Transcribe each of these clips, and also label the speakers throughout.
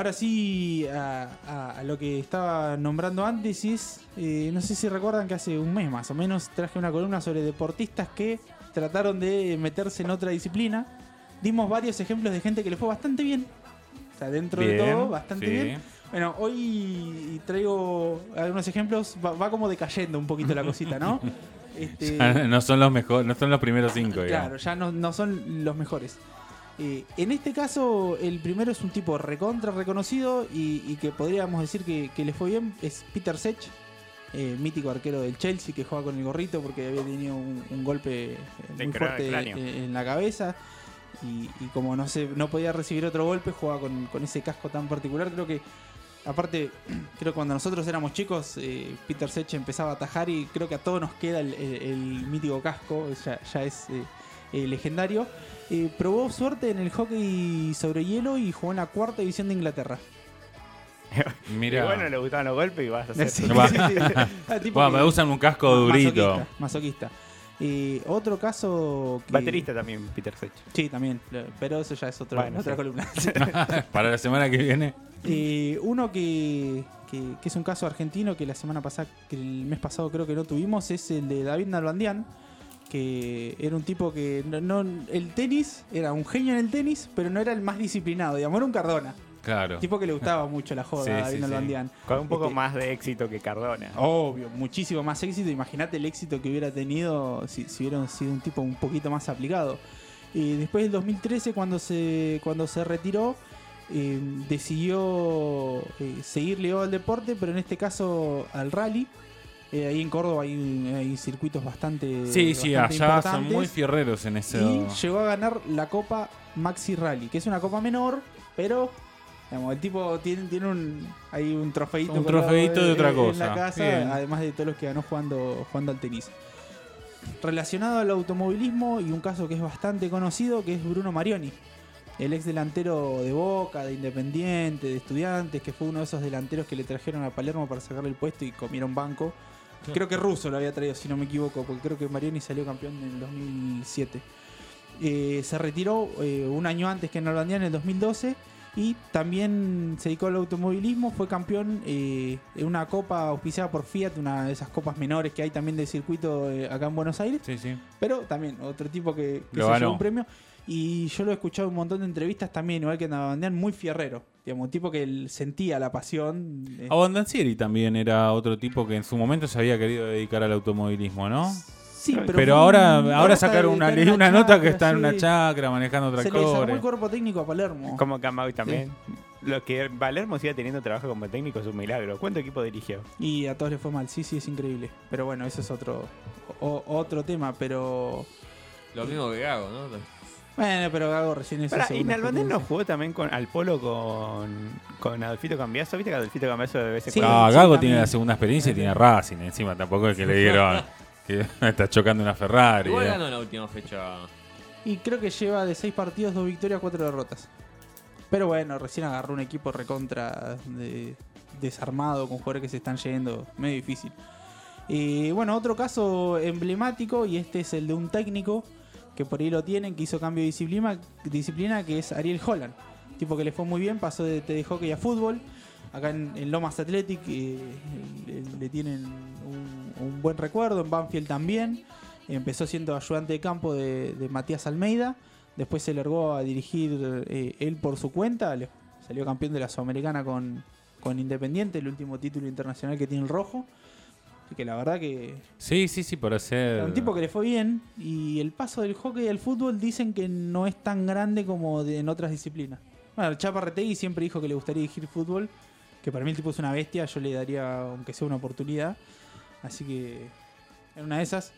Speaker 1: Ahora sí, a, a- a lo que estaba nombrando antes es, eh, no sé si recuerdan que hace un mes más o menos traje una columna sobre deportistas que trataron de meterse en otra disciplina. Dimos varios ejemplos de gente que le fue bastante bien. O sea, dentro de
Speaker 2: Bien,
Speaker 1: todo, bastante
Speaker 2: sí.
Speaker 1: bien. Bueno, hoy traigo algunos ejemplos, va, va como decayendo un poquito la cosita, ¿no? Este,
Speaker 2: no son los mejores, no son los primeros cinco,
Speaker 1: Claro,
Speaker 2: digamos.
Speaker 1: ya no, no son los mejores. Eh, en este caso, el primero es un tipo recontra reconocido y, y que podríamos decir que, que le fue bien. Es Peter Sech, eh, mítico arquero del Chelsea que juega con el gorrito porque había tenido un, un golpe eh,
Speaker 3: De
Speaker 1: muy
Speaker 3: cra-
Speaker 1: fuerte
Speaker 3: cráneo.
Speaker 1: eh, en la cabeza. Y, y como no se, no podía recibir otro golpe, jugaba con, con ese casco tan particular. Creo que, aparte, creo que cuando nosotros éramos chicos, eh, Peter Sech empezaba a atajar y creo que a todos nos queda el, el- el mítico casco, ya, ya es eh, eh, legendario. Eh, probó suerte en el hockey sobre hielo y jugó en la cuarta división de Inglaterra.
Speaker 2: Mira.
Speaker 3: Y bueno, le gustaban los golpes y vas a hacer.
Speaker 1: Sí,
Speaker 2: Va.
Speaker 1: sí, sí. Ah, tipo
Speaker 2: Buah,
Speaker 1: que-
Speaker 2: me usan un casco durito.
Speaker 1: Masoquista. masoquista. Eh, otro caso. que-
Speaker 3: Baterista también, Peter Sech.
Speaker 1: Sí, también. lo- Pero eso ya es otro,
Speaker 3: Bueno,
Speaker 1: otra
Speaker 3: sí.
Speaker 1: columna.
Speaker 2: Para la semana que viene.
Speaker 1: Eh, uno que, que- que es un caso argentino que la semana pasada, que el mes pasado creo que no tuvimos, es el de David Nalbandián, que era un tipo que no, no- el tenis, era un genio en el tenis, pero no era el más disciplinado, digamos, era un Cardona.
Speaker 2: Claro.
Speaker 1: Tipo que le gustaba mucho la joda
Speaker 2: Sí,
Speaker 1: a David
Speaker 2: sí, sí.
Speaker 1: Nalbandián.
Speaker 3: Con un poco
Speaker 1: Este,
Speaker 3: más de éxito que Cardona.
Speaker 1: Obvio, muchísimo más éxito. Imagínate el éxito que hubiera tenido si, si hubiera sido un tipo un poquito más aplicado. Eh, después del 2013, cuando se, cuando se retiró, eh, decidió eh, seguir ligado al deporte, pero en este caso al rally. Eh, ahí en Córdoba hay, hay circuitos bastante.
Speaker 2: Sí, sí, allá
Speaker 1: bastante
Speaker 2: son
Speaker 1: importantes.
Speaker 2: muy fierreros en ese.
Speaker 1: Y llegó a ganar la Copa Maxi Rally, que es una copa menor, pero digamos, el tipo tiene, tiene un, hay un trofeito.
Speaker 2: Un
Speaker 1: colgado
Speaker 2: trofeito de
Speaker 1: en-
Speaker 2: otra
Speaker 1: En la
Speaker 2: cosa.
Speaker 1: casa,
Speaker 2: Bien.
Speaker 1: además de todos los que ganó jugando, jugando al tenis. Relacionado al automovilismo y un caso que es bastante conocido, que es Bruno Marioni. El ex delantero de Boca, de Independiente, de Estudiantes, que fue uno de esos delanteros que le trajeron a Palermo para sacarle el puesto y comieron banco. Creo que Russo lo había traído, si no me equivoco, porque creo que Marioni salió campeón en el 2007. Eh, se retiró eh, un año antes que en Holandia, en el 2012, y también se dedicó al automovilismo. Fue campeón eh, en una copa auspiciada por Fiat, una de esas copas menores que hay también de circuito eh, acá en Buenos Aires.
Speaker 2: Sí, sí.
Speaker 1: Pero también otro tipo que, que
Speaker 2: Lo
Speaker 1: se
Speaker 2: ganó.
Speaker 1: llevó un premio. Y yo lo he escuchado en un montón de entrevistas también, igual que en Holandia, muy fierrero. Digamos, un tipo que él sentía la pasión. eh,
Speaker 2: Abondancieri Oh, también era otro tipo que en su momento se había querido dedicar al automovilismo, ¿no?
Speaker 1: sí, pero,
Speaker 2: Pero,
Speaker 1: fue
Speaker 2: ahora,
Speaker 1: un-
Speaker 2: ahora
Speaker 1: está-
Speaker 2: sacaron una,
Speaker 1: está en
Speaker 2: leí una nota
Speaker 1: chacra,
Speaker 2: que está en una
Speaker 1: sí.
Speaker 2: chacra manejando
Speaker 1: Se le desarmó el
Speaker 2: tractores.
Speaker 1: cuerpo técnico a Palermo.
Speaker 3: Como Camau también. Lo que Palermo siga teniendo trabajo como técnico es un milagro. ¿Cuánto equipo dirigió?
Speaker 1: Y a todos les fue mal, sí, sí, es increíble. Pero bueno, eso es otro, o- otro tema, pero...
Speaker 4: Lo mismo que Gago, ¿no?
Speaker 1: Bueno, pero Gago recién es su
Speaker 3: Pará, y
Speaker 1: segunda
Speaker 3: Nalbandén no
Speaker 1: experiencia.
Speaker 3: jugó también con, al polo con, con Adolfito Cambiaso. ¿Viste que Adolfito Cambiaso de vez en
Speaker 1: Sí.
Speaker 3: cuando?
Speaker 2: Ah, Gago
Speaker 1: sí,
Speaker 2: tiene
Speaker 1: también.
Speaker 2: la segunda experiencia y tiene Racing encima. Tampoco es que le dieron que está chocando una Ferrari.
Speaker 4: Igual
Speaker 2: eh.
Speaker 4: ganó en la última fecha.
Speaker 1: Y creo que lleva de seis partidos, dos victorias, cuatro derrotas. Pero bueno, recién agarró un equipo recontra de- desarmado, con jugadores que se están yendo. Medio difícil. Y bueno, otro caso emblemático, y este es el de un técnico que por ahí lo tienen, que hizo cambio de disciplina, disciplina que es Ariel Holland. Tipo que le fue muy bien, pasó de, de hockey a fútbol. Acá en, en Lomas Athletic eh, le, le tienen un, un buen recuerdo, en Banfield también. Empezó siendo ayudante de campo de, de Matías Almeida. Después se largó a dirigir eh, él por su cuenta. Le- salió campeón de la Sudamericana con, con Independiente, el último título internacional que tiene el Rojo. Así que la verdad que
Speaker 2: Sí, sí, sí, por hacer.
Speaker 1: era un tipo que le fue bien. Y el paso del hockey al fútbol dicen que no es tan grande como de- en otras disciplinas. Bueno, Chaparretegui siempre dijo que le gustaría dirigir fútbol. Que para mí el tipo es una bestia. Yo le daría, aunque sea una oportunidad. Así que en una de esas.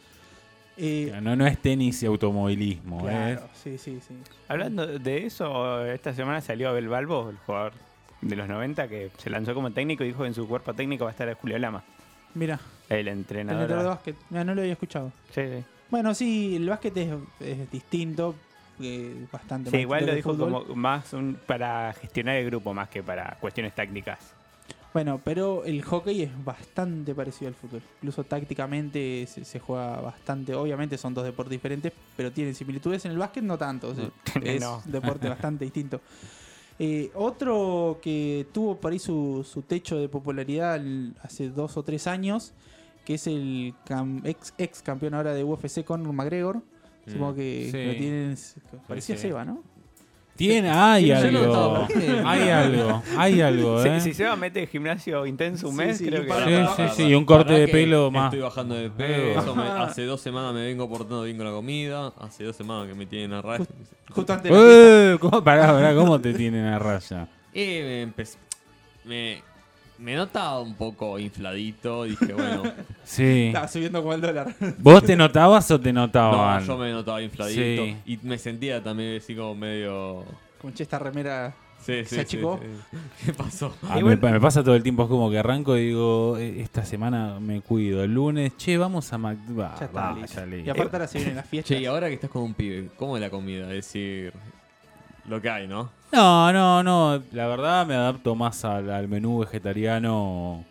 Speaker 1: eh,
Speaker 2: No, no es tenis y automovilismo.
Speaker 1: Claro,
Speaker 2: ¿eh?
Speaker 1: sí, sí, sí.
Speaker 3: Hablando de eso, esta semana salió Abel Balbo, el jugador de los 90, que se lanzó como técnico y dijo que en su cuerpo técnico va a estar Julio Lama,
Speaker 1: Mira,
Speaker 3: el
Speaker 1: el entrenador de
Speaker 3: entrenador.
Speaker 1: básquet. Mira, no lo había escuchado.
Speaker 3: Sí, sí.
Speaker 1: Bueno, sí, el básquet es, es distinto. eh, bastante
Speaker 3: Sí,
Speaker 1: más
Speaker 3: igual
Speaker 1: distinto
Speaker 3: lo
Speaker 1: que el
Speaker 3: dijo
Speaker 1: fútbol.
Speaker 3: como más un- para gestionar el grupo más que para cuestiones tácticas.
Speaker 1: Bueno, pero el hockey es bastante parecido al fútbol. Incluso tácticamente se, se juega bastante. Obviamente son dos deportes
Speaker 2: Mm, eh,
Speaker 1: diferentes, pero tienen similitudes. En el básquet no tanto. o sea, es
Speaker 3: No.
Speaker 1: un deporte bastante distinto. Eh, otro que tuvo por ahí su, su techo de popularidad el- hace dos o tres años, que es el cam- ex, ex campeón ahora de UFC Conor McGregor. Supongo que
Speaker 2: Mm, sí.
Speaker 1: lo tienes. Parecía
Speaker 4: sí.
Speaker 1: Seba, ¿no?
Speaker 2: Tiene, hay
Speaker 1: Tiene-
Speaker 4: yo no
Speaker 2: algo.
Speaker 4: estaba, ¿por qué?
Speaker 2: Hay algo, hay algo,
Speaker 3: Si-
Speaker 2: ¿eh?
Speaker 3: Si, se va a meter gimnasio intenso un
Speaker 1: Sí,
Speaker 3: mes,
Speaker 1: sí,
Speaker 3: creo
Speaker 1: y
Speaker 3: que.
Speaker 1: para-
Speaker 2: Sí, sí, sí, y un corte
Speaker 4: Pará
Speaker 2: de
Speaker 4: que
Speaker 2: pelo más.
Speaker 4: Estoy bajando de peso. me-
Speaker 1: Ajá.
Speaker 4: hace dos semanas me vengo portando bien con la comida. Hace dos semanas que me tienen a raya.
Speaker 1: Justo antes de la fiesta.
Speaker 2: ¡Eh! ¿Cómo, pará, pará, ¿cómo te tienen a raya?
Speaker 4: Y me empecé. Me, me notaba un poco infladito. Dije, bueno.
Speaker 2: Sí.
Speaker 1: Estaba subiendo con el dólar.
Speaker 2: ¿Vos te notabas o te
Speaker 4: no,
Speaker 2: notaban?
Speaker 4: yo me notaba infladito.
Speaker 2: Sí.
Speaker 4: Y me sentía también así como medio.
Speaker 1: Con che, esta remera.
Speaker 4: Sí, sí,
Speaker 1: ¿Se
Speaker 4: sí,
Speaker 1: achicó?
Speaker 4: sí. ¿Qué pasó?
Speaker 2: A mí
Speaker 3: Igual-
Speaker 2: Ah, me, me pasa todo el tiempo, es como que arranco y digo, "Eh, esta semana me cuido. El lunes, che, vamos a Mac... bah,
Speaker 1: Ya está.
Speaker 2: bah,
Speaker 1: listo.
Speaker 2: Ah, ya listo.
Speaker 1: Y aparte ahora se vienen las fiestas.
Speaker 4: Che, y ahora que estás con un pibe, ¿cómo es la comida? Es decir, lo que hay, ¿no?
Speaker 2: No, no, no. La verdad me adapto más al, al menú vegetariano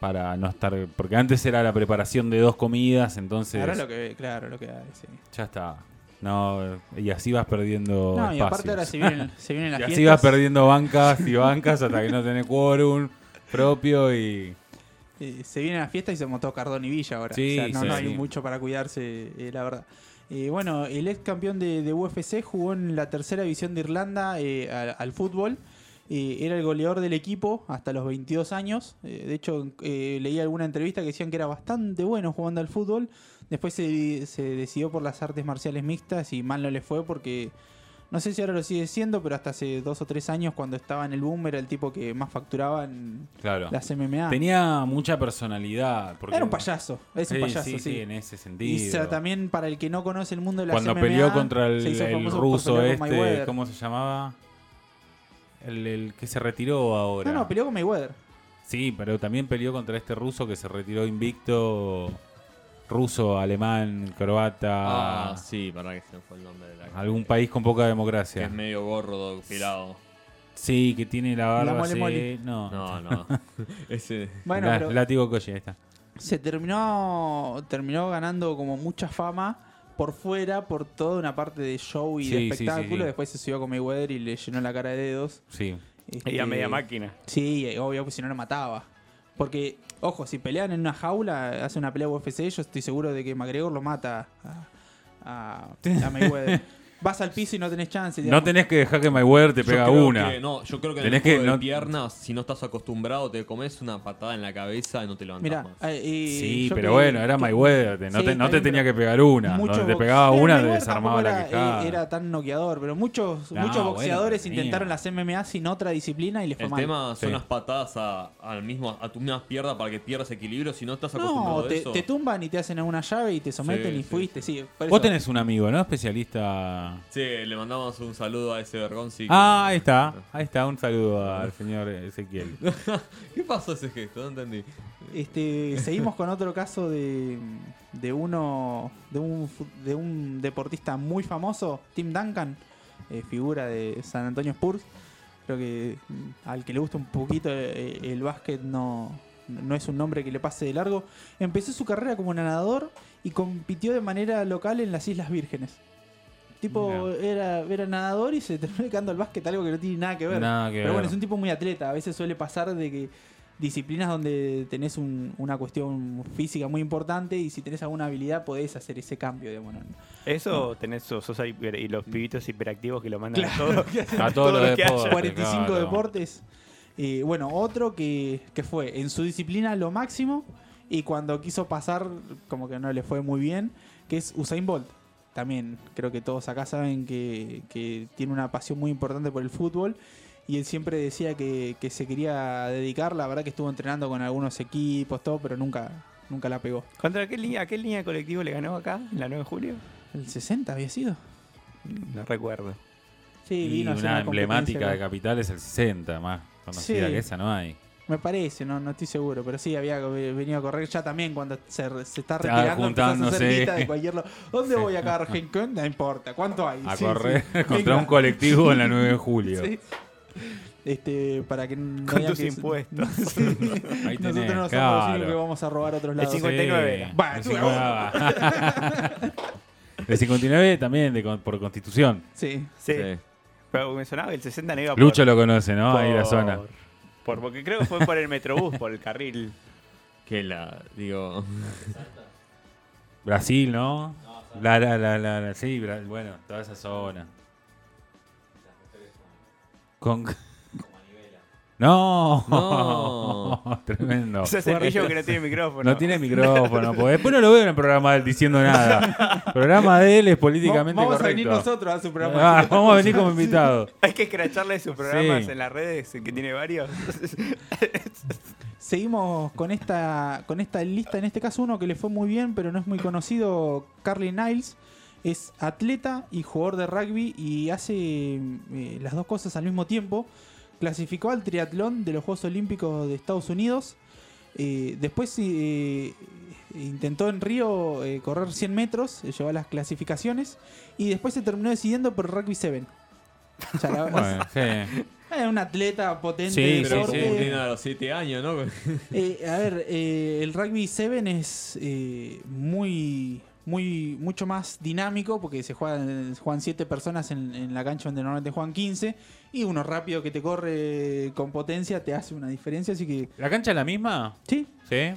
Speaker 2: para no estar... Porque antes era la preparación de dos comidas, entonces...
Speaker 1: Ahora lo que, claro, lo que hay, sí.
Speaker 2: Ya está. No, y así vas perdiendo
Speaker 1: No, y
Speaker 2: espacios.
Speaker 1: aparte ahora se vienen, se vienen las
Speaker 2: Oh, Y
Speaker 1: fiestas.
Speaker 2: así vas perdiendo bancas y bancas hasta que no tenés quórum propio y...
Speaker 1: Eh, se vienen las fiestas y somos todos Cardón y Villa ahora.
Speaker 2: Sí,
Speaker 1: o sea, no,
Speaker 2: sí,
Speaker 1: no hay
Speaker 2: sí.
Speaker 1: mucho para cuidarse, eh, la verdad. Eh, bueno, el ex campeón de, de UFC jugó en la tercera división de Irlanda eh, al, al fútbol. Eh, era el goleador del equipo hasta los 22 años. Eh, de hecho, eh, leí alguna entrevista que decían que era bastante bueno jugando al fútbol. Después se, se decidió por las artes marciales mixtas y mal no le fue porque no sé si ahora lo sigue siendo, pero hasta hace dos o tres años cuando estaba en el boom era el tipo que más facturaba en
Speaker 2: Claro.
Speaker 1: las MMA.
Speaker 2: Tenía mucha personalidad. Porque...
Speaker 1: Era un payaso, es un payaso, sí.
Speaker 2: en ese sentido.
Speaker 1: y o sea, también para el que no conoce el mundo de la
Speaker 2: Cuando
Speaker 1: MMA,
Speaker 2: peleó contra el,
Speaker 1: se hizo
Speaker 2: el
Speaker 1: famoso por
Speaker 2: ruso
Speaker 1: pelear con
Speaker 2: este,
Speaker 1: Mayweather.
Speaker 2: ¿cómo se llamaba? El, el que se retiró ahora.
Speaker 1: No, no, peleó con Mayweather.
Speaker 2: Sí, pero también peleó contra este ruso que se retiró invicto. Ruso, alemán, croata.
Speaker 4: Ah, sí, para que se me fue el nombre de la
Speaker 2: Algún país con poca
Speaker 4: Que
Speaker 2: democracia.
Speaker 4: es medio gordo, pirado.
Speaker 2: Sí, que tiene la barba.
Speaker 1: mole
Speaker 2: así-
Speaker 1: mole.
Speaker 2: No.
Speaker 4: No, no. Ese.
Speaker 1: Bueno,
Speaker 2: La-
Speaker 1: pero
Speaker 2: Látigo Coche, ahí está.
Speaker 1: se terminó terminó ganando como mucha fama por fuera, por toda una parte de show y
Speaker 2: Sí,
Speaker 1: de
Speaker 2: sí, sí,
Speaker 1: espectáculo.
Speaker 2: sí.
Speaker 1: Después se subió con Mayweather y le llenó la cara de dedos.
Speaker 2: Sí.
Speaker 3: Y a
Speaker 1: Este,
Speaker 3: media máquina.
Speaker 1: Sí, eh, obvio, pues si no lo mataba. Porque, ojo, si pelean en una jaula, hace una pelea UFC, yo estoy seguro de que McGregor lo mata a, a, a Mayweather. Vas al piso y no tenés chance.
Speaker 2: No
Speaker 1: digamos.
Speaker 2: tenés que dejar que Mayweather te
Speaker 4: Yo
Speaker 2: pega
Speaker 4: creo
Speaker 2: una.
Speaker 4: que- no, yo creo que en
Speaker 2: Tenés
Speaker 4: el
Speaker 2: que
Speaker 4: juego de
Speaker 2: no-
Speaker 4: piernas, si no estás acostumbrado, te comes una patada en la cabeza y no te levantas
Speaker 1: Mirá,
Speaker 4: más.
Speaker 1: eh, eh,
Speaker 2: Sí,
Speaker 1: yo
Speaker 2: pero
Speaker 1: que-
Speaker 2: bueno, era
Speaker 1: que
Speaker 2: Mayweather. te- no
Speaker 1: Sí,
Speaker 2: te, no
Speaker 1: está
Speaker 2: te
Speaker 1: bien,
Speaker 2: tenía
Speaker 1: pero
Speaker 2: que pegar una.
Speaker 1: muchos
Speaker 2: Donde te
Speaker 1: box-
Speaker 2: pegaba
Speaker 1: Pero
Speaker 2: una, te
Speaker 1: Mayweather tampoco
Speaker 2: desarmaba la
Speaker 1: era-
Speaker 2: quejada.
Speaker 1: eh, Era tan noqueador, pero muchos,
Speaker 2: No,
Speaker 1: muchos
Speaker 2: bueno,
Speaker 1: boxeadores
Speaker 2: tenía.
Speaker 1: intentaron las MMA sin otra disciplina y les fue
Speaker 4: El
Speaker 1: mal.
Speaker 4: tema son
Speaker 2: Sí.
Speaker 4: las patadas a, al mismo, a tu misma pierna para que pierdas equilibrio si no estás acostumbrado
Speaker 1: no,
Speaker 4: a
Speaker 1: te,
Speaker 4: eso.
Speaker 1: te tumban y te hacen una llave y te someten
Speaker 4: Sí,
Speaker 1: y
Speaker 4: sí.
Speaker 1: fuiste. Sí, por
Speaker 2: Vos
Speaker 1: eso-
Speaker 2: tenés un amigo, ¿no? Especialista.
Speaker 4: Sí, le mandamos un saludo a ese vergonzi. que-
Speaker 2: Ah, ahí está. Ahí está. Un saludo al señor Ezequiel.
Speaker 4: ¿Qué pasó ese gesto? No entendí.
Speaker 1: Este, seguimos con otro caso de, de uno de un, fu- de un deportista muy famoso, Tim Duncan, eh, figura de San Antonio Spurs. Creo que mm, al que le gusta un poquito eh, el, básquet no, no es un nombre que le pase de largo. Empezó su carrera como nadador y compitió de manera local en las Islas Vírgenes. Tipo, era, era nadador y se terminó dedicando al básquet, algo que no tiene nada que ver.
Speaker 2: Nada que
Speaker 1: Pero bueno,
Speaker 2: ver.
Speaker 1: es un tipo muy atleta. A veces suele pasar de que disciplinas donde tenés un- una cuestión física muy importante y si tenés alguna habilidad podés hacer ese cambio. Digamos, ¿no? Ah.
Speaker 3: Eso tenés esos, esos hiper- y los pibitos hiperactivos que lo mandan a todo.
Speaker 2: A
Speaker 3: todo
Speaker 2: todos
Speaker 3: lo
Speaker 2: los
Speaker 3: que haya.
Speaker 2: deportes.
Speaker 1: 45
Speaker 2: claro.
Speaker 1: deportes. Eh, bueno, otro que, que fue en su disciplina lo máximo y cuando quiso pasar como que no le fue muy bien, que es Usain Bolt. También creo que todos acá saben que, que tiene una pasión muy importante por el fútbol y él siempre decía que, que se quería dedicar. La verdad que estuvo entrenando con algunos equipos, todo, pero nunca, nunca la pegó.
Speaker 3: ¿Contra qué línea, a qué línea de colectivo le ganó acá, en la 9 de julio?
Speaker 1: ¿El 60 había sido?
Speaker 3: No recuerdo.
Speaker 1: Sí,
Speaker 2: Y
Speaker 1: vino a hacer competencia
Speaker 2: una emblemática
Speaker 1: acá.
Speaker 2: de Capital es el 60, más conocida
Speaker 1: Sí.
Speaker 2: que esa no hay.
Speaker 1: Me parece, no, no estoy seguro, pero sí había venido a correr ya también cuando se, re- se está
Speaker 2: Está
Speaker 1: retirando. empezás
Speaker 2: juntándose.
Speaker 1: A hacer guita de cualquier lado. ¿Dónde voy acá a Argentina? No importa, ¿cuánto hay?
Speaker 2: A
Speaker 1: Sí,
Speaker 2: correr
Speaker 1: sí.
Speaker 2: contra
Speaker 1: Venga.
Speaker 2: un colectivo en la 9 de julio.
Speaker 1: Sí. Este, para que no
Speaker 3: Con
Speaker 1: digan
Speaker 3: tus
Speaker 1: que-
Speaker 3: impuestos.
Speaker 1: Sí.
Speaker 2: Ahí
Speaker 1: Nosotros
Speaker 2: tenés,
Speaker 1: no somos los
Speaker 2: claro.
Speaker 1: únicos que vamos a robar a otros lados.
Speaker 3: El 59 era.
Speaker 1: Va,
Speaker 2: El
Speaker 1: tú,
Speaker 2: 59. El 59 también de con- por constitución.
Speaker 1: Sí.
Speaker 3: Sí. Pero me sonaba que el 60 no iba por-
Speaker 2: Lucho lo conoce, ¿no?
Speaker 3: por-
Speaker 2: Ahí
Speaker 1: Oh,
Speaker 2: la zona.
Speaker 3: por- porque creo que fue por el metrobús, por el carril.
Speaker 4: Que la. Digo.
Speaker 2: Brasil, ¿no? La, la, la, la, la- sí, Bra- bueno, toda esa zona. Con... No,
Speaker 4: No.
Speaker 2: tremendo.
Speaker 3: Ese es el pillo que no tiene micrófono.
Speaker 2: No tiene micrófono, porque después no lo veo en el programa de él diciendo nada. El programa de él es políticamente
Speaker 1: Vamos
Speaker 2: correcto.
Speaker 1: a venir nosotros a su programa.
Speaker 2: Ah, vamos a venir como invitados.
Speaker 3: Hay que escracharle sus programas
Speaker 2: Sí.
Speaker 3: en las redes, que tiene varios.
Speaker 1: Seguimos con esta, con esta lista, en este caso uno que le fue muy bien, pero no es muy conocido, Carly Niles. Es atleta y jugador de rugby y hace eh, las dos cosas al mismo tiempo. Clasificó al triatlón de los Juegos Olímpicos de Estados Unidos. Eh, después eh, intentó en Río eh, correr 100 metros, eh, llevó a las clasificaciones. Y después se terminó decidiendo por Rugby 7. O sea, la-
Speaker 2: Bueno, sí.
Speaker 1: es un atleta potente.
Speaker 2: Sí,
Speaker 4: Pero
Speaker 1: deporte.
Speaker 4: como cumpliendo a los 7 años, ¿no?
Speaker 1: Eh, a ver, eh, el rugby 7 es eh, muy, muy, mucho más dinámico porque se juegan, juegan 7 personas en, en la cancha donde normalmente juegan 15 y uno rápido que te corre con potencia te hace una diferencia, así que
Speaker 2: ¿La cancha es la misma?
Speaker 1: sí.
Speaker 2: Sí.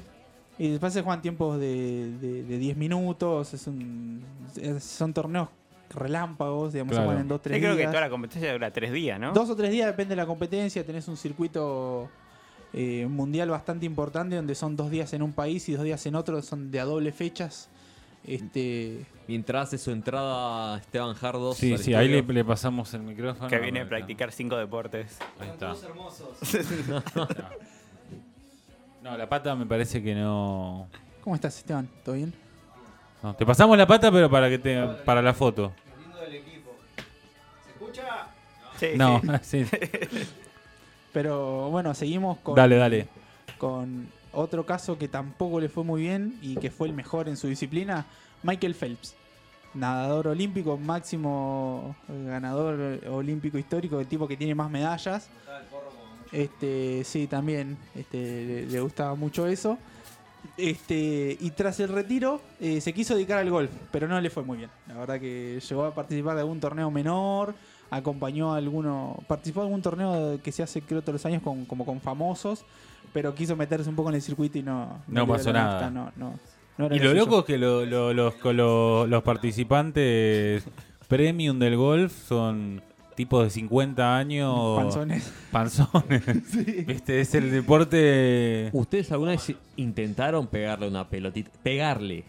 Speaker 1: Y después se juegan tiempos de, de, de 10 minutos, es un- es- son torneos relámpagos, digamos,
Speaker 2: Claro.
Speaker 1: se juegan en 2
Speaker 3: Yo
Speaker 1: 3
Speaker 3: creo que
Speaker 1: días.
Speaker 3: toda la competencia dura tres días, ¿no?
Speaker 1: Dos o tres días depende de la competencia. Tenés un circuito eh, mundial bastante importante donde son dos días en un país y dos días en otro, son de a doble fechas. Este,
Speaker 4: Mientras hace su entrada Esteban Jardos.
Speaker 2: Sí,
Speaker 4: al
Speaker 2: sí,
Speaker 4: estudio.
Speaker 2: ahí le, le pasamos el micrófono.
Speaker 3: que viene
Speaker 2: Ahí
Speaker 3: a
Speaker 2: está.
Speaker 3: practicar cinco deportes.
Speaker 2: Ahí está. No, la pata me parece que no.
Speaker 1: ¿Cómo estás, Esteban? ¿Todo bien?
Speaker 2: no. Te pasamos la pata, pero para que te, para la foto.
Speaker 3: Sí,
Speaker 2: No, sí.
Speaker 3: sí.
Speaker 1: Pero bueno, seguimos con,
Speaker 2: Dale, dale.
Speaker 1: con otro caso que tampoco le fue muy bien y que fue el mejor en su disciplina, Michael Phelps. Nadador olímpico, máximo eh, ganador olímpico histórico, el tipo que tiene más medallas. Este, sí, también este, le, le gustaba mucho eso. Este, y tras el retiro eh, se quiso dedicar al golf, pero no le fue muy bien. La verdad que llegó a participar de algún torneo menor, acompañó a alguno, participó de algún torneo que se hace creo todos los años con, como con famosos, pero quiso meterse un poco en el circuito y no,
Speaker 2: No
Speaker 1: le dio
Speaker 2: pasó
Speaker 1: la
Speaker 2: nada.
Speaker 1: nafta, no- no- no era
Speaker 2: Y lo
Speaker 1: suyo.
Speaker 2: loco es que lo- lo- los, co- lo- los participantes premium del golf son tipos de 50 años.
Speaker 1: Panzones.
Speaker 2: Panzones. Viste, es el deporte.
Speaker 4: ¿Ustedes alguna vez intentaron pegarle una pelotita? Pegarle.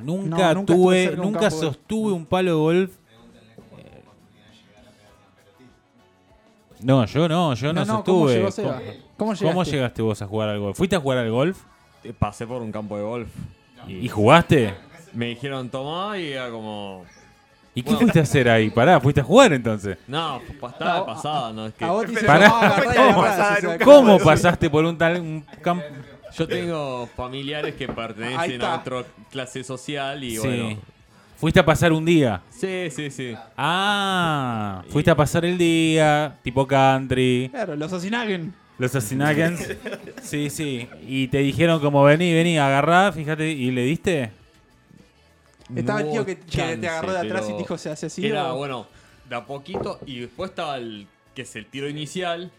Speaker 1: No,
Speaker 2: nunca,
Speaker 1: nunca estuve
Speaker 2: tuve,
Speaker 1: cerca de un
Speaker 2: nunca
Speaker 1: campo de golf.
Speaker 2: sostuve un palo de golf. No, yo no, yo no,
Speaker 1: ¿cómo
Speaker 2: sostuve.
Speaker 1: llegó Seba? ¿Cómo llegaste?
Speaker 2: cómo llegaste vos a jugar al golf? ¿Fuiste a jugar al golf?
Speaker 4: Eh, Pasé por un campo de golf.
Speaker 2: ¿Y jugaste?
Speaker 4: Me dijeron tomá y era como.
Speaker 2: ¿Y qué
Speaker 4: Bueno.
Speaker 2: fuiste a hacer ahí? Pará, fuiste a jugar entonces.
Speaker 4: No, pa- estaba de pasada, ¿no? Es que
Speaker 1: A vos te
Speaker 3: Pero
Speaker 2: Pará.
Speaker 1: llamaba a agarrar y
Speaker 3: ¿Cómo?
Speaker 1: agarrás, o sea,
Speaker 3: Nunca
Speaker 1: que-
Speaker 2: ¿Cómo pasaste por un tal un campo?
Speaker 4: yo tengo familiares que
Speaker 1: Ahí
Speaker 4: pertenecen
Speaker 1: está.
Speaker 4: a otra clase social y
Speaker 2: Sí.
Speaker 4: bueno.
Speaker 2: Fuiste a pasar un día.
Speaker 4: Sí, sí, sí.
Speaker 2: Ah, fuiste a pasar el día, tipo country.
Speaker 1: Claro, los asinagen.
Speaker 2: Los Asinagans. Sí, sí. Y te dijeron como vení, vení, agarrá, fíjate, y le diste.
Speaker 1: Estaba el
Speaker 4: No
Speaker 1: tío que, que te
Speaker 4: chance,
Speaker 1: agarró de atrás y
Speaker 4: pero
Speaker 1: te dijo se hace así.
Speaker 4: Era
Speaker 1: o-
Speaker 4: bueno, de a poquito y después estaba el que es el tiro inicial.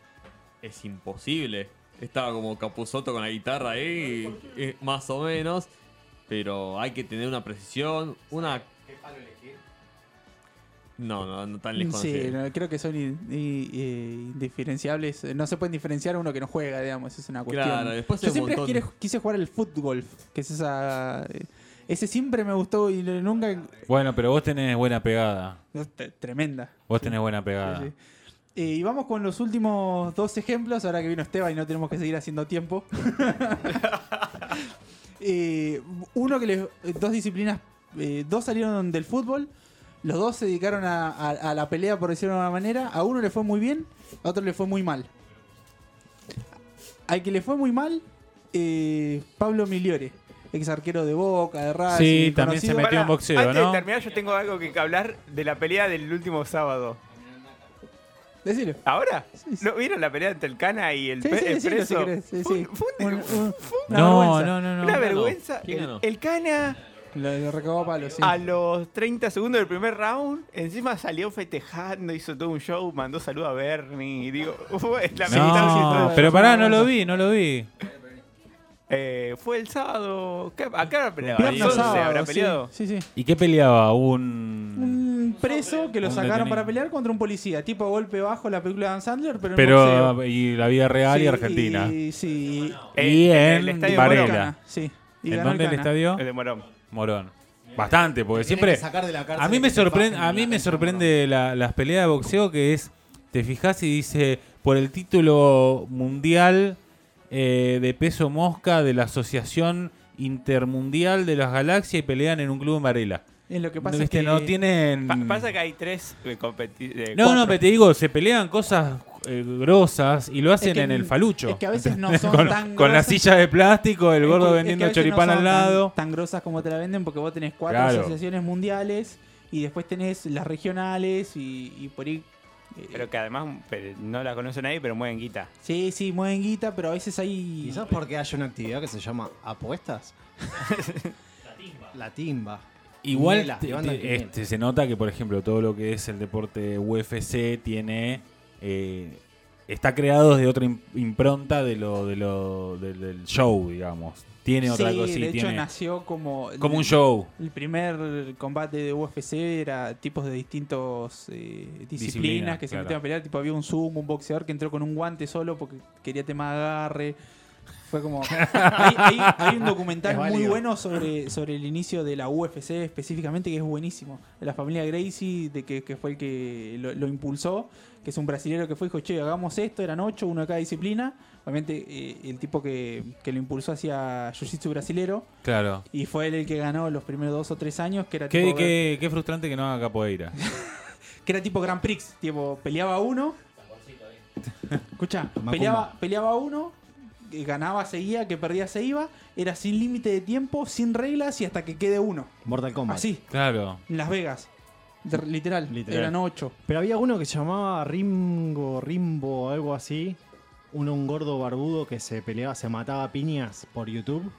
Speaker 4: Es imposible. Estaba como Capuzoto con la guitarra ahí, y- y más o menos. Pero hay que tener una precisión, una... No, no, no tan lejos.
Speaker 1: Sí,
Speaker 4: sí.
Speaker 1: no, creo que son in- i- eh, indiferenciables. No se pueden diferenciar a uno que no juega, digamos. Es una cuestión.
Speaker 4: Claro, después
Speaker 1: Yo
Speaker 4: hay un
Speaker 1: siempre
Speaker 4: montón.
Speaker 1: quiere- quise jugar el footgolf, que es esa. eh, Ese siempre me gustó y no- nunca.
Speaker 2: Bueno, pero vos tenés buena pegada.
Speaker 1: no, t- Tremenda.
Speaker 2: Vos tenés buena
Speaker 1: Sí,
Speaker 2: pegada.
Speaker 1: sí. Eh, y vamos con los últimos dos ejemplos, ahora que vino Esteban y no tenemos que seguir haciendo tiempo. Eh, uno que les, dos disciplinas, eh, dos salieron del fútbol, los dos se dedicaron a, a- a la pelea por decirlo de una manera, a uno le fue muy bien, a otro le fue muy mal. Al que le fue muy mal, eh, Pablo Miliore, ex arquero de Boca, de Racing,
Speaker 2: Sí, también se
Speaker 1: conocido.
Speaker 2: metió en boxeo,
Speaker 3: antes
Speaker 2: ¿no?
Speaker 3: de terminar, yo tengo algo que hablar de la pelea del último sábado.
Speaker 1: Decilo.
Speaker 3: ¿Ahora?
Speaker 1: Sí, sí.
Speaker 3: ¿No vieron la pelea entre el Cana y el,
Speaker 1: Sí,
Speaker 3: pe-
Speaker 1: sí,
Speaker 3: el
Speaker 1: decilo si
Speaker 3: preso?
Speaker 1: querés, sí,
Speaker 3: Fue un-
Speaker 1: sí.
Speaker 3: fue un-
Speaker 1: Un- un-
Speaker 3: fue
Speaker 1: una
Speaker 2: No,
Speaker 1: vergüenza.
Speaker 2: no, no, no.
Speaker 3: una
Speaker 4: ganó?
Speaker 3: vergüenza.
Speaker 4: ¿Quién
Speaker 3: El,
Speaker 4: ganó?
Speaker 3: el Cana
Speaker 1: Lo, lo recagó a palo, sí.
Speaker 3: A los 30 segundos del primer round, encima salió festejando, hizo todo un show, mandó saludo a Bernie. Y digo, fue la
Speaker 2: No,
Speaker 3: mitad
Speaker 2: pero pará, no lo vi, no lo vi.
Speaker 3: eh, Fue el sábado. ¿Qué- ¿A qué hora peleaba?
Speaker 1: Viernes
Speaker 3: ¿El 11
Speaker 1: sábado,
Speaker 3: habrá
Speaker 1: sí,
Speaker 3: peleado?
Speaker 1: Sí, sí.
Speaker 2: ¿Y qué peleaba? Un.
Speaker 1: Un preso que lo
Speaker 2: Un
Speaker 1: sacaron
Speaker 2: detenido.
Speaker 1: para pelear contra un policía, tipo golpe bajo la película de Dan Sandler, pero en boxeo.
Speaker 2: Pero y la vida real
Speaker 1: Sí,
Speaker 2: y Argentina.
Speaker 1: Y, sí.
Speaker 2: Y
Speaker 3: Eh, el
Speaker 2: en
Speaker 3: estadio
Speaker 2: Varela.
Speaker 3: Morón.
Speaker 1: Cana, sí. Y
Speaker 2: ¿En
Speaker 1: ganó
Speaker 2: dónde el
Speaker 1: Cana.
Speaker 2: estadio?
Speaker 3: El de Morón.
Speaker 2: Morón. Bastante, porque
Speaker 5: Tienen
Speaker 2: siempre.
Speaker 5: que sacar de la cárcel
Speaker 2: A mí
Speaker 5: que
Speaker 2: me
Speaker 5: se
Speaker 2: sorprende,
Speaker 5: fajen
Speaker 2: a
Speaker 5: en
Speaker 2: mí
Speaker 5: la
Speaker 2: me
Speaker 5: cancha,
Speaker 2: sorprende la- las peleas de boxeo que es, te fijas y dice por el título mundial eh, de peso mosca de la Asociación Intermundial de las Galaxias y pelean en un club en Varela.
Speaker 1: Es lo que
Speaker 2: No,
Speaker 1: pasa es
Speaker 2: viste,
Speaker 1: que
Speaker 2: no tienen.
Speaker 3: Pa- pasa que hay tres eh, competidores.
Speaker 2: Mm. no, no, pero te digo, se pelean cosas eh, grosas y lo hacen
Speaker 1: que
Speaker 2: en el
Speaker 1: n-
Speaker 2: falucho.
Speaker 1: es que a veces no son
Speaker 2: con,
Speaker 1: tan
Speaker 2: con la
Speaker 1: grosas.
Speaker 2: silla de plástico, el
Speaker 1: Es
Speaker 2: gordo
Speaker 1: que- es que
Speaker 2: vendiendo
Speaker 1: a veces
Speaker 2: choripán
Speaker 1: no son tan-
Speaker 2: al lado.
Speaker 1: Tan, grosas como te la venden porque vos tenés cuatro
Speaker 2: Claro.
Speaker 1: asociaciones mundiales y después tenés las regionales y, y por ahí. eh,
Speaker 3: Pero que además pero no la conoce nadie, pero mueven guita.
Speaker 1: sí, sí, mueven guita, pero a veces hay.
Speaker 5: Quizás porque hay una actividad que se llama apuestas. la timba.
Speaker 2: Igual
Speaker 5: Quiniela,
Speaker 2: te-
Speaker 5: levantan
Speaker 2: te-
Speaker 5: quiniela.
Speaker 2: este, se nota que, por ejemplo, todo lo que es el deporte UFC tiene. eh, está creado desde otra im- impronta de lo, de lo, del- del show, digamos. Tiene otra
Speaker 1: Sí,
Speaker 2: cosa
Speaker 1: de
Speaker 2: y
Speaker 1: hecho
Speaker 2: tiene.
Speaker 1: nació como.
Speaker 2: Como un show.
Speaker 1: El primer combate de UFC era tipos de distintos eh, disciplinas
Speaker 2: Disciplinas,
Speaker 1: que se
Speaker 2: claro.
Speaker 1: metían a pelear. Tipo, había un zoom, un boxeador que entró con un guante solo porque quería tema de agarre. Fue como. hay, hay- hay un documental
Speaker 5: Es
Speaker 1: muy
Speaker 5: válido.
Speaker 1: bueno sobre, sobre el inicio de la UFC específicamente que es buenísimo. De la familia Gracie, de que, que fue el que lo, lo impulsó, que es un brasilero que fue y dijo, che, hagamos esto, eran ocho, uno de cada disciplina. Obviamente, eh, el tipo que, que lo impulsó hacia Jiu-Jitsu brasilero.
Speaker 2: Claro.
Speaker 1: Y fue él el que ganó los primeros dos o tres años, que era,
Speaker 2: Qué,
Speaker 1: tipo,
Speaker 2: qué- qué frustrante que no haga capoeira.
Speaker 1: que era tipo Grand Prix. Tipo, peleaba uno. Escucha,
Speaker 5: Macumba.
Speaker 1: peleaba, peleaba uno, que ganaba, seguía, que perdía, se iba. Era sin límite de tiempo, sin reglas y hasta que quede uno.
Speaker 5: Mortal Kombat.
Speaker 1: Así,
Speaker 2: Claro.
Speaker 1: en Las Vegas. De- literal,
Speaker 5: Literal.
Speaker 1: eran ocho.
Speaker 5: Pero había uno que se llamaba Ringo, Rimbo, algo así. Uno, un gordo barbudo que se peleaba, se mataba a piñas por YouTube.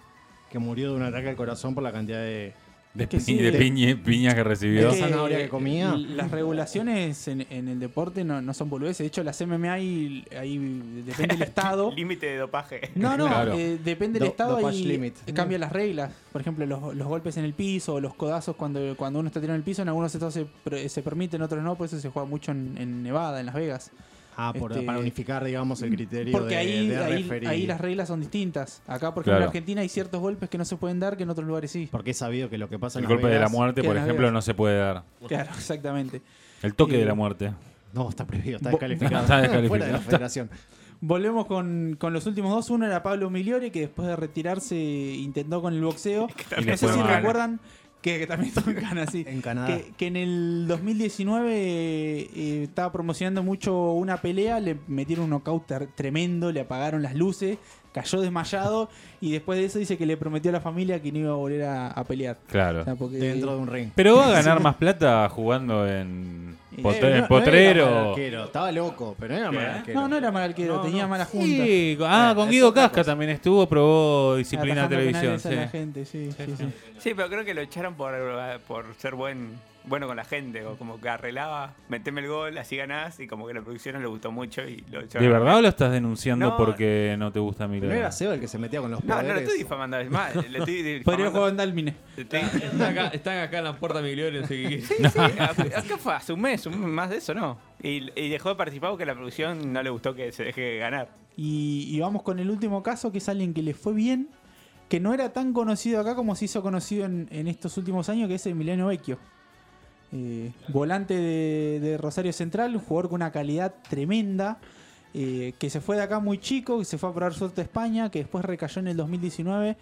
Speaker 5: Que murió de un ataque al corazón por la cantidad de.
Speaker 2: De,
Speaker 1: Es que
Speaker 2: pi-
Speaker 1: sí,
Speaker 2: de
Speaker 1: de-
Speaker 2: piñe- piñas que recibió.
Speaker 5: Es zanahoria que comía.
Speaker 1: l- Las regulaciones en, en el deporte no, no son boludeces. De hecho, las MMA y- ahí depende del estado.
Speaker 3: Límite de dopaje.
Speaker 1: No, no,
Speaker 2: Claro.
Speaker 1: eh, depende
Speaker 5: Do-
Speaker 1: del estado
Speaker 5: dopage
Speaker 1: y
Speaker 5: limit.
Speaker 1: cambia las reglas. Por ejemplo, los, los golpes en el piso, los codazos cuando, cuando uno está tirando en el piso, en algunos estados se, pre- se permiten, en otros no, por eso se juega mucho en, en Nevada, en Las Vegas.
Speaker 5: Ah, por-
Speaker 1: Este-
Speaker 5: para unificar, digamos, el criterio
Speaker 1: Porque
Speaker 5: de,
Speaker 1: ahí,
Speaker 5: de
Speaker 1: ahí,
Speaker 5: referee.
Speaker 1: ahí las reglas son distintas. Acá, por ejemplo,
Speaker 2: Claro.
Speaker 1: en Argentina hay ciertos golpes que no se pueden dar que en otros lugares sí.
Speaker 5: Porque he sabido que lo que pasa en
Speaker 2: El
Speaker 5: Las
Speaker 2: golpe de la
Speaker 5: Vegas-
Speaker 2: muerte,
Speaker 1: que
Speaker 2: por
Speaker 1: las
Speaker 2: ejemplo,
Speaker 1: veas.
Speaker 2: no se puede dar.
Speaker 1: Claro, exactamente.
Speaker 2: El toque
Speaker 1: Y-
Speaker 2: de la muerte.
Speaker 5: No, está prohibido, está
Speaker 1: Bo-
Speaker 5: descalificado.
Speaker 2: Está
Speaker 5: Fuera de
Speaker 2: descalificado.
Speaker 5: la federación.
Speaker 1: Volvemos con, con los últimos dos. Uno era Pablo Migliore, que después de retirarse intentó con el boxeo. No
Speaker 2: Y le
Speaker 1: sé
Speaker 2: fue
Speaker 1: si
Speaker 2: mal.
Speaker 1: recuerdan que, que también tocan así.
Speaker 5: En Canadá.
Speaker 1: Que, que en el 2019 eh, estaba promocionando mucho una pelea, le metieron un knockout ter- tremendo, le apagaron las luces, cayó desmayado y después de eso dice que le prometió a la familia que no iba a volver a, a pelear.
Speaker 2: Claro.
Speaker 1: O sea, porque-
Speaker 5: Dentro de un ring.
Speaker 2: Pero va a ganar más plata jugando en,
Speaker 1: Eh,
Speaker 2: potre-
Speaker 5: Eh, no-
Speaker 2: en
Speaker 5: no
Speaker 2: potrero.
Speaker 5: era mal arquero, estaba loco, pero no era mal arquero.
Speaker 1: no, no era mal arquero,
Speaker 5: No,
Speaker 1: tenía
Speaker 5: no.
Speaker 1: mala junta.
Speaker 2: Sí, ah,
Speaker 5: Eh,
Speaker 2: con
Speaker 5: es
Speaker 2: Guido
Speaker 5: otra
Speaker 2: Casca
Speaker 5: cosa.
Speaker 2: también estuvo, probó disciplina
Speaker 1: Atajando
Speaker 2: de televisión.
Speaker 1: penales a la
Speaker 2: sí.
Speaker 1: gente, sí, sí, sí.
Speaker 3: Sí, pero creo que lo echaron por, por ser buen bueno con la gente, o como que arreglaba, meteme el gol, así ganás, y como que la producción no le gustó mucho y lo echaron.
Speaker 2: ¿De verdad o lo estás denunciando
Speaker 3: No.
Speaker 2: porque no te gusta mi
Speaker 5: No era Seba el que se metía con los
Speaker 3: No,
Speaker 5: poderes.
Speaker 3: no lo estoy difamando, es más, le estoy difamando.
Speaker 1: Podría jugar en Dalmine.
Speaker 3: Estoy-
Speaker 4: Están acá, están acá en la puerta de mi gloria, no sé qué quiere.
Speaker 3: Sí, sí, a- acá fue hace un mes, un mes más de eso, ¿no? Y, y dejó de participar porque la producción no le gustó que se deje ganar.
Speaker 1: Y, y vamos con el último caso, que es alguien que le fue bien, que no era tan conocido acá como se hizo conocido en, en estos últimos años, que es Emiliano Vecchio. Eh, volante de, de Rosario Central, un jugador con una calidad tremenda, eh, que se fue de acá muy chico, que se fue a probar suerte a España, que después recayó en el 2019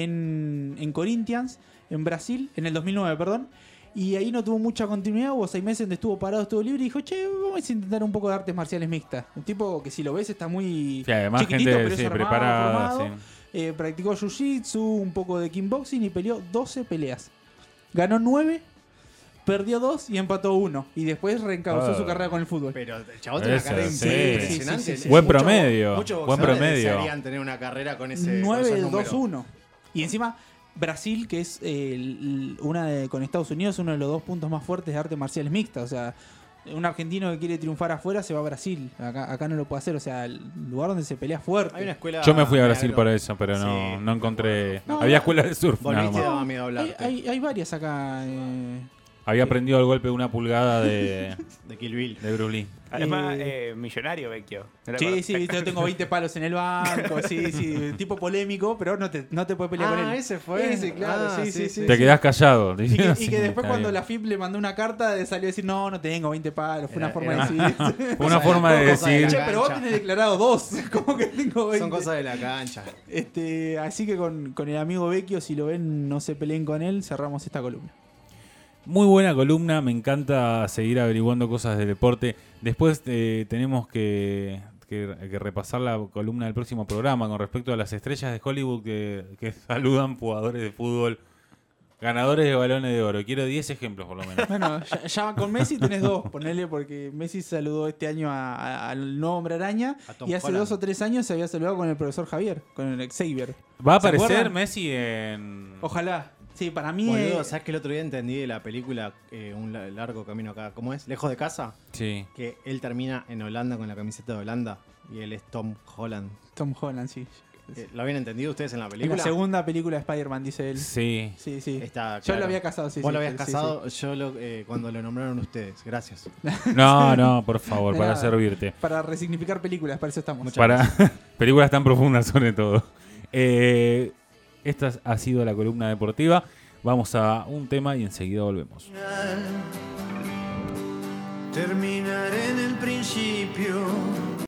Speaker 1: en, en Corinthians, en Brasil, en el 2009, perdón. Y ahí no tuvo mucha continuidad, hubo seis meses donde estuvo parado, estuvo libre y dijo, che, vamos a intentar un poco de artes marciales mixtas. Un tipo que si lo ves está muy
Speaker 2: Sí, además,
Speaker 1: chiquitito,
Speaker 2: gente
Speaker 1: pero es
Speaker 2: sí,
Speaker 1: armado,
Speaker 2: preparada.
Speaker 1: formado.
Speaker 2: sí.
Speaker 1: Eh, practicó jiu-jitsu, un poco de kickboxing y peleó 12 peleas. Ganó 9, perdió 2 y empató 1. Y después reencauzó
Speaker 2: Ah.
Speaker 1: su carrera con el fútbol.
Speaker 5: Pero el chabón tiene una
Speaker 2: Eso,
Speaker 5: carrera
Speaker 2: sí.
Speaker 5: impresionante.
Speaker 1: Sí, sí, sí.
Speaker 2: Buen
Speaker 5: Muchos-
Speaker 2: promedio,
Speaker 5: Muchos
Speaker 2: buen
Speaker 5: boxeadores
Speaker 2: promedio.
Speaker 5: desearían tener una carrera con ese. con esos números.
Speaker 1: 9-2-1. Y encima Brasil, que es eh, el- una de- con Estados Unidos, uno de los dos puntos más fuertes de artes marciales mixtas. O sea, un argentino que quiere triunfar afuera se va a Brasil. Acá, acá no lo puede hacer. O sea, el lugar donde se pelea fuerte.
Speaker 5: Hay una escuela.
Speaker 2: Yo me fui a Brasil
Speaker 5: Milagro.
Speaker 2: por eso, pero no,
Speaker 5: Sí,
Speaker 2: no encontré.
Speaker 1: No,
Speaker 2: había
Speaker 1: no.
Speaker 2: escuela de surf nada
Speaker 5: Volviste
Speaker 2: más.
Speaker 5: daba miedo
Speaker 1: hay,
Speaker 5: hablarte.
Speaker 1: hay- hay varias acá. eh,
Speaker 2: Había aprendido el golpe de una pulgada de,
Speaker 5: De Kill Bill.
Speaker 2: de Bruce Lee.
Speaker 3: Además,
Speaker 1: Eh,
Speaker 3: eh, millonario, Vecchio. ¿No te
Speaker 1: Sí,
Speaker 3: acordás?
Speaker 1: sí, viste, yo tengo 20 palos en el banco, sí, sí, tipo polémico, pero no te, no te puede pelear con él.
Speaker 5: Ah, ese fue.
Speaker 1: Ese, claro,
Speaker 5: Ah,
Speaker 1: sí, sí,
Speaker 5: sí,
Speaker 1: sí.
Speaker 5: sí.
Speaker 2: Te quedás callado.
Speaker 1: Y que, y
Speaker 2: Sí,
Speaker 1: que después
Speaker 2: está
Speaker 1: cuando
Speaker 2: bien.
Speaker 1: la FIP le mandó una carta, le salió a decir, no, no tengo 20 palos, fue una
Speaker 5: Era-
Speaker 1: forma
Speaker 5: era-
Speaker 1: de decir.
Speaker 2: Fue una forma de
Speaker 5: Cosa de
Speaker 2: decir.
Speaker 1: Che, pero vos
Speaker 5: cancha.
Speaker 1: tenés declarado dos, como que tengo 20.
Speaker 5: Son cosas de la cancha.
Speaker 1: Este, así que con, con el amigo Vecchio, si lo ven, no se peleen con él, cerramos esta columna.
Speaker 2: Muy buena columna, me encanta seguir averiguando cosas del deporte. Después eh, tenemos que, que- que repasar la columna del próximo programa con respecto a las estrellas de Hollywood que, que saludan jugadores de fútbol, ganadores de balones de oro. Quiero 10 ejemplos por lo menos.
Speaker 1: Bueno, ya, ya con Messi tenés dos, ponele, porque Messi saludó este año a- a- al nuevo hombre araña
Speaker 5: A Tom
Speaker 1: y hace
Speaker 5: Holland.
Speaker 1: dos o tres años se había saludado con el profesor Javier, con el Xavier.
Speaker 2: Va a
Speaker 1: ¿Se
Speaker 2: aparecer
Speaker 1: acuerdan?
Speaker 2: Messi en...
Speaker 1: Ojalá. Sí, para mí.
Speaker 5: Mm. Boludo,
Speaker 1: eh,
Speaker 5: ¿sabes que el otro día entendí de la película eh, Un la- largo camino acá? ¿Cómo es? ¿Lejos de casa?
Speaker 2: Sí.
Speaker 5: Que él termina en Holanda con la camiseta de Holanda y él es Tom Holland.
Speaker 1: Tom Holland, sí.
Speaker 5: Eh, ¿Lo habían entendido ustedes en la
Speaker 1: En la
Speaker 5: película?
Speaker 1: segunda película de Spider-Man, dice él.
Speaker 2: Sí.
Speaker 1: Sí, sí.
Speaker 5: Está
Speaker 1: Yo lo
Speaker 5: claro.
Speaker 1: había casado, sí.
Speaker 5: Vos
Speaker 1: sí,
Speaker 5: lo habías
Speaker 1: sí,
Speaker 5: casado, yo lo, eh, cuando lo nombraron ustedes. Gracias.
Speaker 2: No, no, por favor,
Speaker 1: De
Speaker 2: para
Speaker 1: nada.
Speaker 2: servirte.
Speaker 1: sí. Para resignificar películas, para eso estamos.
Speaker 2: para películas tan profundas sobre todo. Eh, esta ha sido la columna deportiva. Vamos a un tema y enseguida volvemos.
Speaker 6: terminar en el principio.